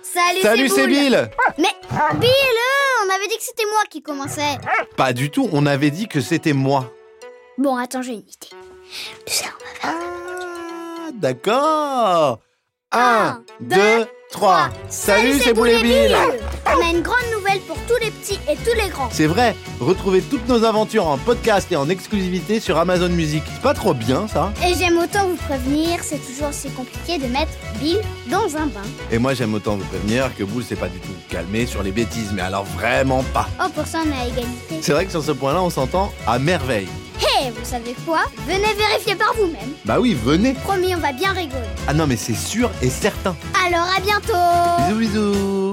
Salut, Salut, c'est Boule. Bill Mais Bill, euh, on avait dit que c'était moi qui commençais. Pas du tout, on avait dit que c'était moi. Bon, attends, j'ai une idée. Tu sais, on va faire. Ah, d'accord Un, deux, trois Salut, c'est Boule Boulet et Bill On a une grande nouvelle pour tous les petits et tous les grands. C'est vrai, retrouvez toutes nos aventures en podcast et en exclusivité sur Amazon Music. C'est pas trop bien, ça Et j'aime autant vous prévenir, c'est toujours si compliqué de mettre Bill dans un bain. Et moi, j'aime autant vous prévenir que Boule s'est pas du tout calmé sur les bêtises, mais alors vraiment pas Oh, pour ça, on est à égalité. C'est vrai que sur ce point-là, on s'entend à merveille. Hé, vous savez quoi Venez vérifier par vous-même. Bah oui, venez Promis, on va bien rigoler. Ah non, mais c'est sûr et certain Alors, à bientôt Bisous, bisous